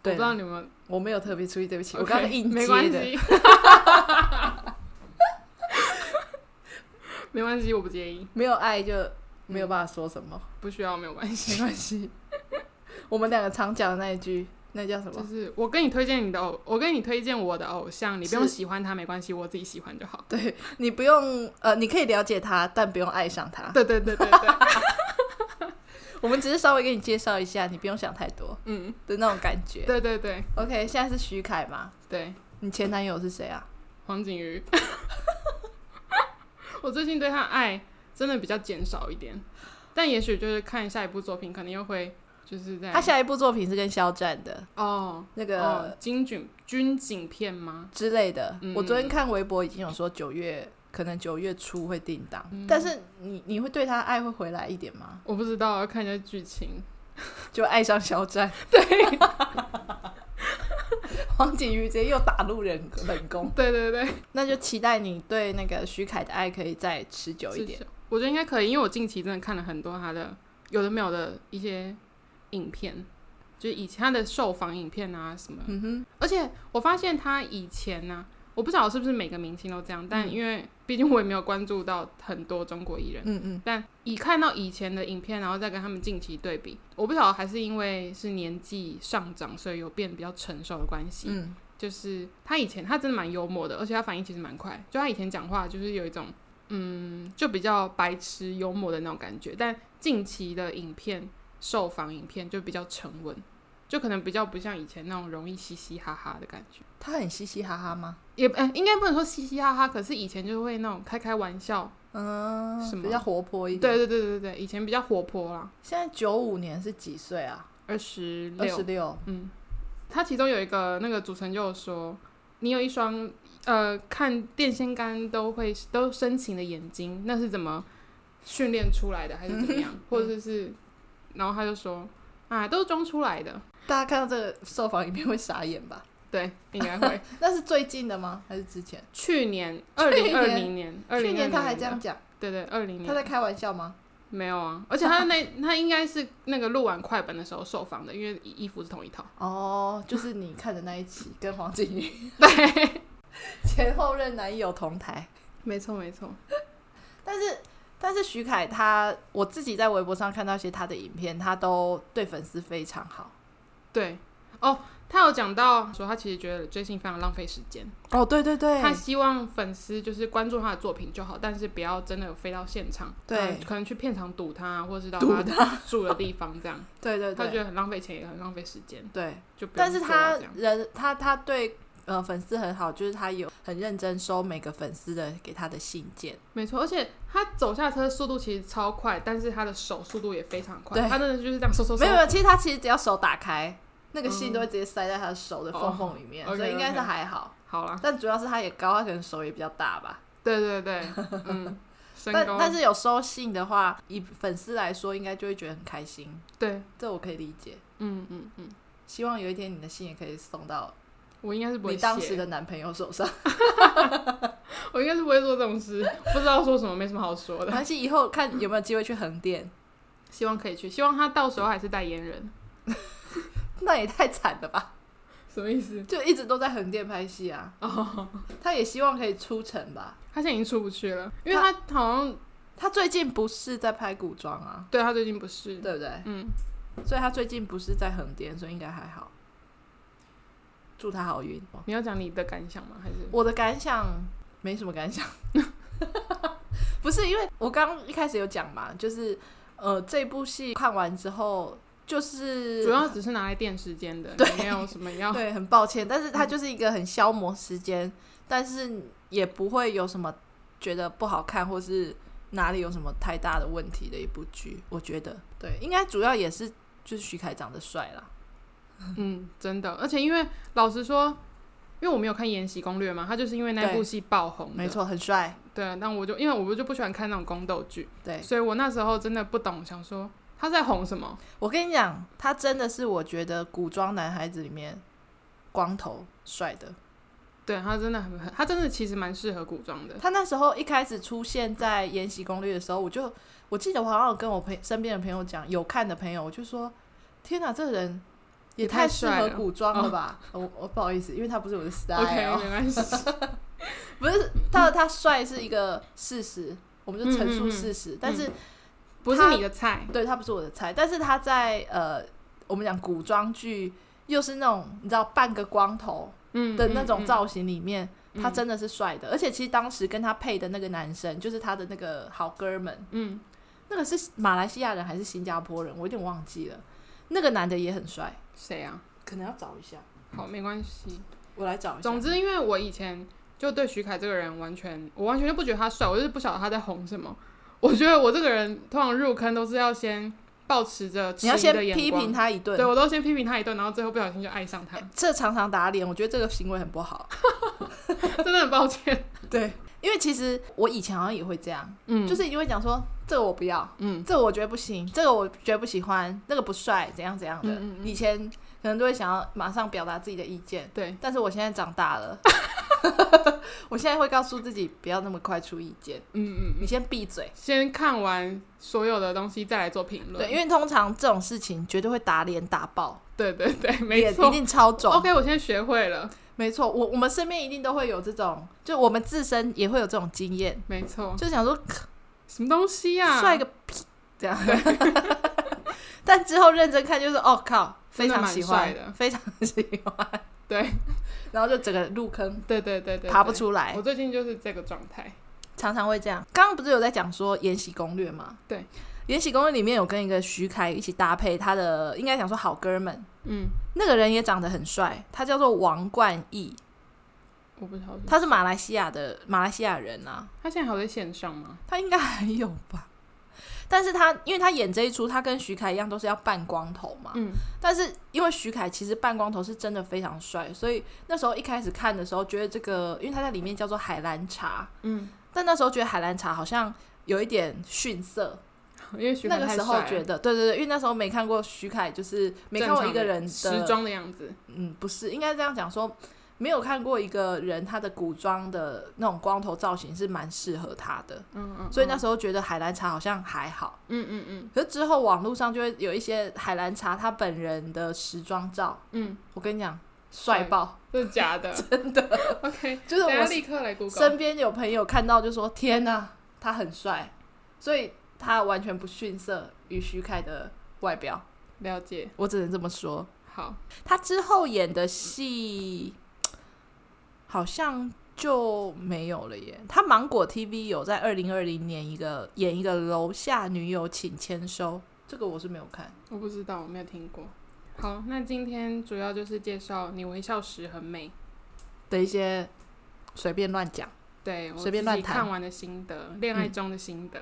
Speaker 2: 对
Speaker 1: 不知道你们，
Speaker 2: 我没有特别注意，对不起，我
Speaker 1: OK，
Speaker 2: 刚刚硬
Speaker 1: 没
Speaker 2: 接
Speaker 1: 关
Speaker 2: 的，
Speaker 1: 系，没关系，我不介意，
Speaker 2: 没有爱就
Speaker 1: 嗯
Speaker 2: 没有办法说什么。
Speaker 1: 不需要，没有关
Speaker 2: 没
Speaker 1: 系。
Speaker 2: 关系。我们两个常讲的那一句，那叫什
Speaker 1: 就
Speaker 2: 么？
Speaker 1: 是我跟你推荐你的偶，我跟你推荐我的偶像，你不用
Speaker 2: 是
Speaker 1: 喜欢他没关系，我自己喜欢就好。
Speaker 2: 对你不用呃，你可以了解他，但不用爱上他。
Speaker 1: 对对对对对，
Speaker 2: 我们只是稍微给你介绍一下，你不用想太多
Speaker 1: 嗯，
Speaker 2: 的那种感觉。
Speaker 1: 对对对
Speaker 2: OK，现在是徐凯嘛？
Speaker 1: 对。
Speaker 2: 你前男友是谁啊？
Speaker 1: 黄景瑜。 *laughs* 我最近对他爱真的比较减少一点，但也许就是看下一部作品，可能又会就是在
Speaker 2: 他下一部作品是跟肖战的
Speaker 1: 哦
Speaker 2: 那
Speaker 1: 哦
Speaker 2: 个
Speaker 1: 金景军警片吗？
Speaker 2: 之类的。
Speaker 1: 嗯
Speaker 2: 我昨天看微博已经有说九月，可能九月初会定档。
Speaker 1: 嗯
Speaker 2: 但是你你会对他爱会回来一点吗？
Speaker 1: 我不知道，要看一下剧情。
Speaker 2: 就爱上肖战？ *laughs* 对。黄景瑜直接又打入冷冷宫。
Speaker 1: 对对对，
Speaker 2: 那就期待你对那个徐凯的爱可以再持久一点
Speaker 1: 是。我觉得应该可以，因为我近期真的看了很多他的有的没有的一些影片，就是以前他的受访影片啊什么
Speaker 2: 嗯哼，
Speaker 1: 而且我发现他以前呢、我不知道是不是每个明星都这样，但因为毕竟我也没有关注到很多中国艺人，
Speaker 2: 嗯嗯，
Speaker 1: 但以看到以前的影片，然后再跟他们近期对比，我不晓得还是因为是年纪上涨，所以有变比较成熟的关系。
Speaker 2: 嗯，
Speaker 1: 就是他以前他真的蛮幽默的，而且他反应其实蛮快，就他以前讲话就是有一种嗯，就比较白痴幽默的那种感觉，但近期的影片受访影片就比较沉稳，就可能比较不像以前那种容易嘻嘻哈哈的感觉。
Speaker 2: 他很嘻嘻哈哈吗？
Speaker 1: 也呃，应该不能说嘻嘻哈哈，可是以前就会那种开开玩笑，
Speaker 2: 嗯，
Speaker 1: 什么
Speaker 2: 比较活泼一
Speaker 1: 对对
Speaker 2: 点。，
Speaker 1: 对对对对，以前比较活泼啦，
Speaker 2: 现在九五年是几岁啊？
Speaker 1: 二十
Speaker 2: 二十
Speaker 1: 六，
Speaker 2: 六，
Speaker 1: 嗯，他其中有一个那个主持人就有说，你有一双呃看电线杆都会都深情的眼睛，那是怎么训练出来的，还是怎么样，或者是，然后他就说啊，都是装出来的，
Speaker 2: 大家看到这个受访影片会傻眼吧？
Speaker 1: 对，应该
Speaker 2: *laughs*
Speaker 1: 会。
Speaker 2: 那是最近的吗？还是之前？
Speaker 1: 去年二
Speaker 2: 去
Speaker 1: 零
Speaker 2: 年
Speaker 1: 二零年，二
Speaker 2: 去
Speaker 1: 零
Speaker 2: 年他还这样，讲，
Speaker 1: 对对，二零
Speaker 2: 他
Speaker 1: 年
Speaker 2: *laughs* 在开玩笑吗？
Speaker 1: 没有啊，而且他那他应该是那个录完快本的时候受访的，因为衣服是同一
Speaker 2: *laughs*
Speaker 1: 套，
Speaker 2: 哦，就是你看的那一期，跟黄景瑜
Speaker 1: 对，
Speaker 2: *laughs* 前后任男友同台。
Speaker 1: 没错没错，
Speaker 2: 但是但是徐凯他，我自己在微博上看到一些他的影片，他都对粉丝非常好。
Speaker 1: 对哦，他有讲到说他其实觉得追星非常浪费时间，
Speaker 2: 哦，对对对
Speaker 1: 他希望粉丝就是关注他的作品就好，但是不要真的有飞到现场，
Speaker 2: 对
Speaker 1: 呃可能去片场堵他，或者是到
Speaker 2: 堵
Speaker 1: 他 *laughs* 住的地方这样，
Speaker 2: *laughs* 对对
Speaker 1: 他觉
Speaker 2: 对
Speaker 1: 得很浪费钱，也很浪费时间，
Speaker 2: 对，
Speaker 1: 就不用
Speaker 2: 但是
Speaker 1: 做到
Speaker 2: 他
Speaker 1: 这样
Speaker 2: 人他他对呃粉丝很好，就是他有很认真收每个粉丝的给他的信件。
Speaker 1: 没错，而且他走下车速度其实超快，但是他的手速度也非常快，
Speaker 2: 对
Speaker 1: 他真的就是这样收收收
Speaker 2: 没有，没有，其实他其实只要手打开，那个信都会直接塞在他的手的缝缝里面，
Speaker 1: 哦，OK，
Speaker 2: 所以应该是
Speaker 1: OK
Speaker 2: 还好。
Speaker 1: 好啦，
Speaker 2: 但主要是他也高，他可能手也比较大吧。
Speaker 1: 对对对，
Speaker 2: *laughs*
Speaker 1: 嗯，身
Speaker 2: 但
Speaker 1: 高，
Speaker 2: 但是有收信的话，以粉丝来说，应该就会觉得很开心，
Speaker 1: 对，
Speaker 2: 这我可以理解。
Speaker 1: 嗯嗯嗯，
Speaker 2: 希望有一天你的信也可以送到
Speaker 1: 我应该是不
Speaker 2: 你
Speaker 1: 会
Speaker 2: 当时
Speaker 1: 写，
Speaker 2: 的男朋友手
Speaker 1: *laughs*
Speaker 2: 上，
Speaker 1: 我应该是不会做这种事，不知道说什么，没什么好说
Speaker 2: 没
Speaker 1: 的，
Speaker 2: 关系，以后看有没有机会去横店，
Speaker 1: 希望可以去，希望他到时候还是代言人，
Speaker 2: 那也太惨了吧！
Speaker 1: 什么意思？
Speaker 2: 就一直都在横店拍戏
Speaker 1: *laughs*
Speaker 2: 啊，
Speaker 1: 哦，
Speaker 2: 他也希望可以出城吧。
Speaker 1: 他现在已经出不去了，因为他好像
Speaker 2: 他最近不是在拍古装啊，
Speaker 1: 对他最近不是，
Speaker 2: 对不对？
Speaker 1: 嗯，
Speaker 2: 所以他最近不是在横店，所以应该还好。祝他好运。
Speaker 1: 你要讲你的感想吗？还是
Speaker 2: 我的感想没什么感想， *laughs* 不是因为我刚刚一开始有讲嘛，就是呃这部戏看完之后，就是
Speaker 1: 主要只是拿来垫时间的，
Speaker 2: 对
Speaker 1: 你没有什么
Speaker 2: *laughs*
Speaker 1: 要
Speaker 2: 对，很抱歉，但是
Speaker 1: 嗯
Speaker 2: 它就是一个很消磨时间，但是也不会有什么觉得不好看或是哪里有什么太大的问题的一部剧，我觉得对，应该主要也是就是徐凯长得帅啦，
Speaker 1: 嗯，真的，而且因为老实说，因为我没有看《延禧攻略》嘛，他就是因为那部戏爆红的
Speaker 2: 没，错，很帅，
Speaker 1: 嗯对啊。但我就因为我就不喜欢看那种宫斗剧，
Speaker 2: 对
Speaker 1: 所以我那时候真的不懂，想说他在红什么。
Speaker 2: 我跟你讲，他真的是我觉得古装男孩子里面光头帅的，
Speaker 1: 对他真的很，很，他真的其实蛮适合古装的。
Speaker 2: 他那时候一开始出现在《延禧攻略》的时候，我就我记得我好像有跟我朋身边的朋友讲，有看的朋友，我就说：“天哪，这个人也
Speaker 1: 也
Speaker 2: 太
Speaker 1: 太
Speaker 2: 适
Speaker 1: 帅
Speaker 2: 合
Speaker 1: 了
Speaker 2: 古装了吧！”哦我我不好意思，因为他不哦是我的
Speaker 1: *laughs*
Speaker 2: style，、
Speaker 1: OK，没关系。
Speaker 2: *laughs* 不是他他帅是一个事实，我们就陈
Speaker 1: 嗯嗯
Speaker 2: 述
Speaker 1: 嗯
Speaker 2: 事实，但是
Speaker 1: 不是
Speaker 2: 他
Speaker 1: 你的菜，
Speaker 2: 对他不是我的菜，但是他在呃，我们讲古装剧。又是那种你知道半个光头
Speaker 1: 嗯
Speaker 2: 的那种
Speaker 1: 照，
Speaker 2: 造型里面，
Speaker 1: 嗯
Speaker 2: 他真的是帅的，而且其实当时跟他配的那个男生，就是他的那个好哥们，
Speaker 1: 嗯，
Speaker 2: 那个是马来西亚人还是新加坡人？我有点忘记了。那个男的也很帅，
Speaker 1: 谁啊？
Speaker 2: 可能要找一下，
Speaker 1: 好，没关系。
Speaker 2: 我来找一下。
Speaker 1: 总之，因为我以前就对徐凯这个人完全，我完全就不觉得他帅，我就是不晓得他在红什么。我觉得我这个人通常入坑都是要先保持着迟
Speaker 2: 你要
Speaker 1: 疑
Speaker 2: 先
Speaker 1: 的眼
Speaker 2: 批
Speaker 1: 光
Speaker 2: 评，他一顿
Speaker 1: 对，我都先批评他一顿，然后最后不小心就爱上
Speaker 2: *laughs*
Speaker 1: 他
Speaker 2: 哎，这常常打脸，我觉得这个行为很不好。 *laughs*
Speaker 1: 真的很抱歉。
Speaker 2: 对，因为其实我以前好像也会这样，
Speaker 1: 嗯，
Speaker 2: 就是一定会讲说这个我不要，
Speaker 1: 嗯，
Speaker 2: 这个我觉得不行，这个我觉得不喜欢，那个不帅，怎样怎样的。
Speaker 1: 嗯嗯嗯
Speaker 2: 以前可能都会想要马上表达自己的意见，
Speaker 1: 对，
Speaker 2: 但是我现在长大了， *laughs* 我现在会告诉自己不要那么快出意见，
Speaker 1: 嗯嗯
Speaker 2: 你
Speaker 1: 嗯，
Speaker 2: 先闭嘴。
Speaker 1: 先看完所有的东西再来做评论。
Speaker 2: 对，因为通常这种事情绝对会打脸打爆，
Speaker 1: 对对对，没
Speaker 2: 脸一
Speaker 1: 错。
Speaker 2: 定超肿。
Speaker 1: OK，我现在学会了，
Speaker 2: 没错，我我们身边一定都会有这种，就我们自身也会有这种经验，
Speaker 1: 没错。
Speaker 2: 就想说
Speaker 1: 什么东西呀、啊？
Speaker 2: 帅个屁这样。 *laughs* 但之后认真看，就是哦靠，非
Speaker 1: 真的
Speaker 2: 常
Speaker 1: 蛮
Speaker 2: 喜
Speaker 1: 帅
Speaker 2: 欢
Speaker 1: 的，
Speaker 2: 非常喜欢。
Speaker 1: 对，
Speaker 2: 然后就整个入坑，
Speaker 1: 对对对对，
Speaker 2: 爬不
Speaker 1: 对。
Speaker 2: 出来
Speaker 1: 我。最近就是这个状态。
Speaker 2: 常常会这样。刚刚不是有在讲说《延禧攻略》吗？
Speaker 1: 对
Speaker 2: 《延禧攻略》里面有跟一个徐凯一起搭配，他的应该讲说好哥们，
Speaker 1: 嗯，
Speaker 2: 那个人也长得很帅，他叫做王冠逸，
Speaker 1: 我不知道。
Speaker 2: 他是马来西亚的马来西亚人啊，
Speaker 1: 他现在还有在线上吗？
Speaker 2: 他应该还有吧？但是他因为他演这一出，他跟徐凯一样都是要扮光头嘛。
Speaker 1: 嗯，
Speaker 2: 但是因为徐凯其实扮光头是真的非常帅，所以那时候一开始看的时候，觉得这个，因为他在里面叫做海兰茶，
Speaker 1: 嗯，
Speaker 2: 但那时候觉得海兰茶好像有一点逊色。
Speaker 1: 因为徐
Speaker 2: 那
Speaker 1: 凯
Speaker 2: 个
Speaker 1: 太
Speaker 2: 时候
Speaker 1: 帅了
Speaker 2: 觉得，对对对，因为那时候没看过徐凯，就是没看过一个人的
Speaker 1: 时装的样子，
Speaker 2: 嗯，不是，应该这样讲说，没有看过一个人他的古装的那种光头造型是蛮适合他的，
Speaker 1: 嗯嗯，
Speaker 2: 所以那时候觉得海兰茶好像还好。
Speaker 1: 嗯嗯嗯
Speaker 2: 可是之后网络上就会有一些海兰茶他本人的时装照，
Speaker 1: 嗯，
Speaker 2: 我跟你讲，帅爆！
Speaker 1: 这是假
Speaker 2: *laughs*
Speaker 1: 的，真的。OK，
Speaker 2: 就是
Speaker 1: 大家
Speaker 2: 我
Speaker 1: 立刻来 Google。
Speaker 2: 身边有朋友看到就说：“天哪、他很帅！”所以他完全不逊色于徐凯的外表，
Speaker 1: 了解，
Speaker 2: 我只能这么说。
Speaker 1: 好，
Speaker 2: 他之后演的戏好像就没有了耶。他芒果 TV 有在二零二零年一个演一个楼下女友请签收，这个我是没有看。
Speaker 1: 我不知道，我没有听过。好，那今天主要就是介绍你微笑时很美，
Speaker 2: 的一些随便乱讲，
Speaker 1: 对我
Speaker 2: 随便
Speaker 1: 自己
Speaker 2: 乱嗯谈
Speaker 1: 看完的心得，恋爱中的心得，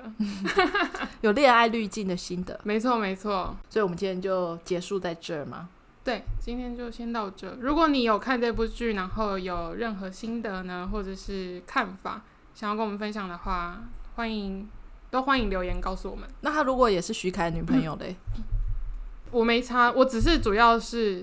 Speaker 2: 有恋爱滤镜的心得，
Speaker 1: 没错没错。
Speaker 2: 所以我们今天就结束在这儿吗？
Speaker 1: 对，今天就先到这。如果你有看这部剧，然后有任何心得呢，或者是看法，想要跟我们分享的话，欢迎都欢迎留言告诉我们。
Speaker 2: 那他如果也是徐凯女朋友
Speaker 1: 嗯
Speaker 2: 嘞，
Speaker 1: 我没差，我只是主要是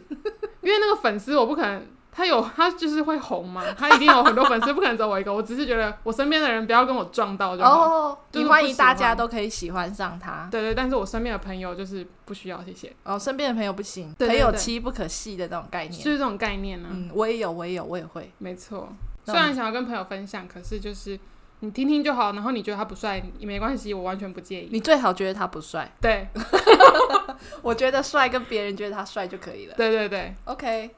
Speaker 1: 因为那个粉丝，我不可能。他有，他就是会红嘛，他一定有很多粉丝，不可能只有我一个。我只是觉得我身边的人不要跟我撞到就好。
Speaker 2: 哦，
Speaker 1: 就是
Speaker 2: 你
Speaker 1: 不
Speaker 2: 万一大
Speaker 1: 喜欢
Speaker 2: 家都可以喜欢上他，
Speaker 1: 对对，但是我身边的朋友就是不需要，谢谢，
Speaker 2: 哦，身边的朋友不行，
Speaker 1: 对对
Speaker 2: 朋友
Speaker 1: 对
Speaker 2: 妻不可戏的那种概
Speaker 1: 就
Speaker 2: 念。
Speaker 1: 是这种概念啊呢、
Speaker 2: 嗯，我也有，我也有，我也会。
Speaker 1: 没错，
Speaker 2: 那
Speaker 1: 虽
Speaker 2: 我们
Speaker 1: 然想要跟朋友分享，可是就是你听听就好。然后你觉得他不帅也没关系，我完全不介意。
Speaker 2: 你最好觉得他不帅，
Speaker 1: 对
Speaker 2: 我觉得帅跟别人觉得他帅就可以了。
Speaker 1: 对对对，
Speaker 2: OK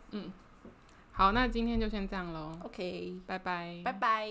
Speaker 1: 好，那今天就先这样喽，
Speaker 2: OK，
Speaker 1: 拜拜，
Speaker 2: 拜拜。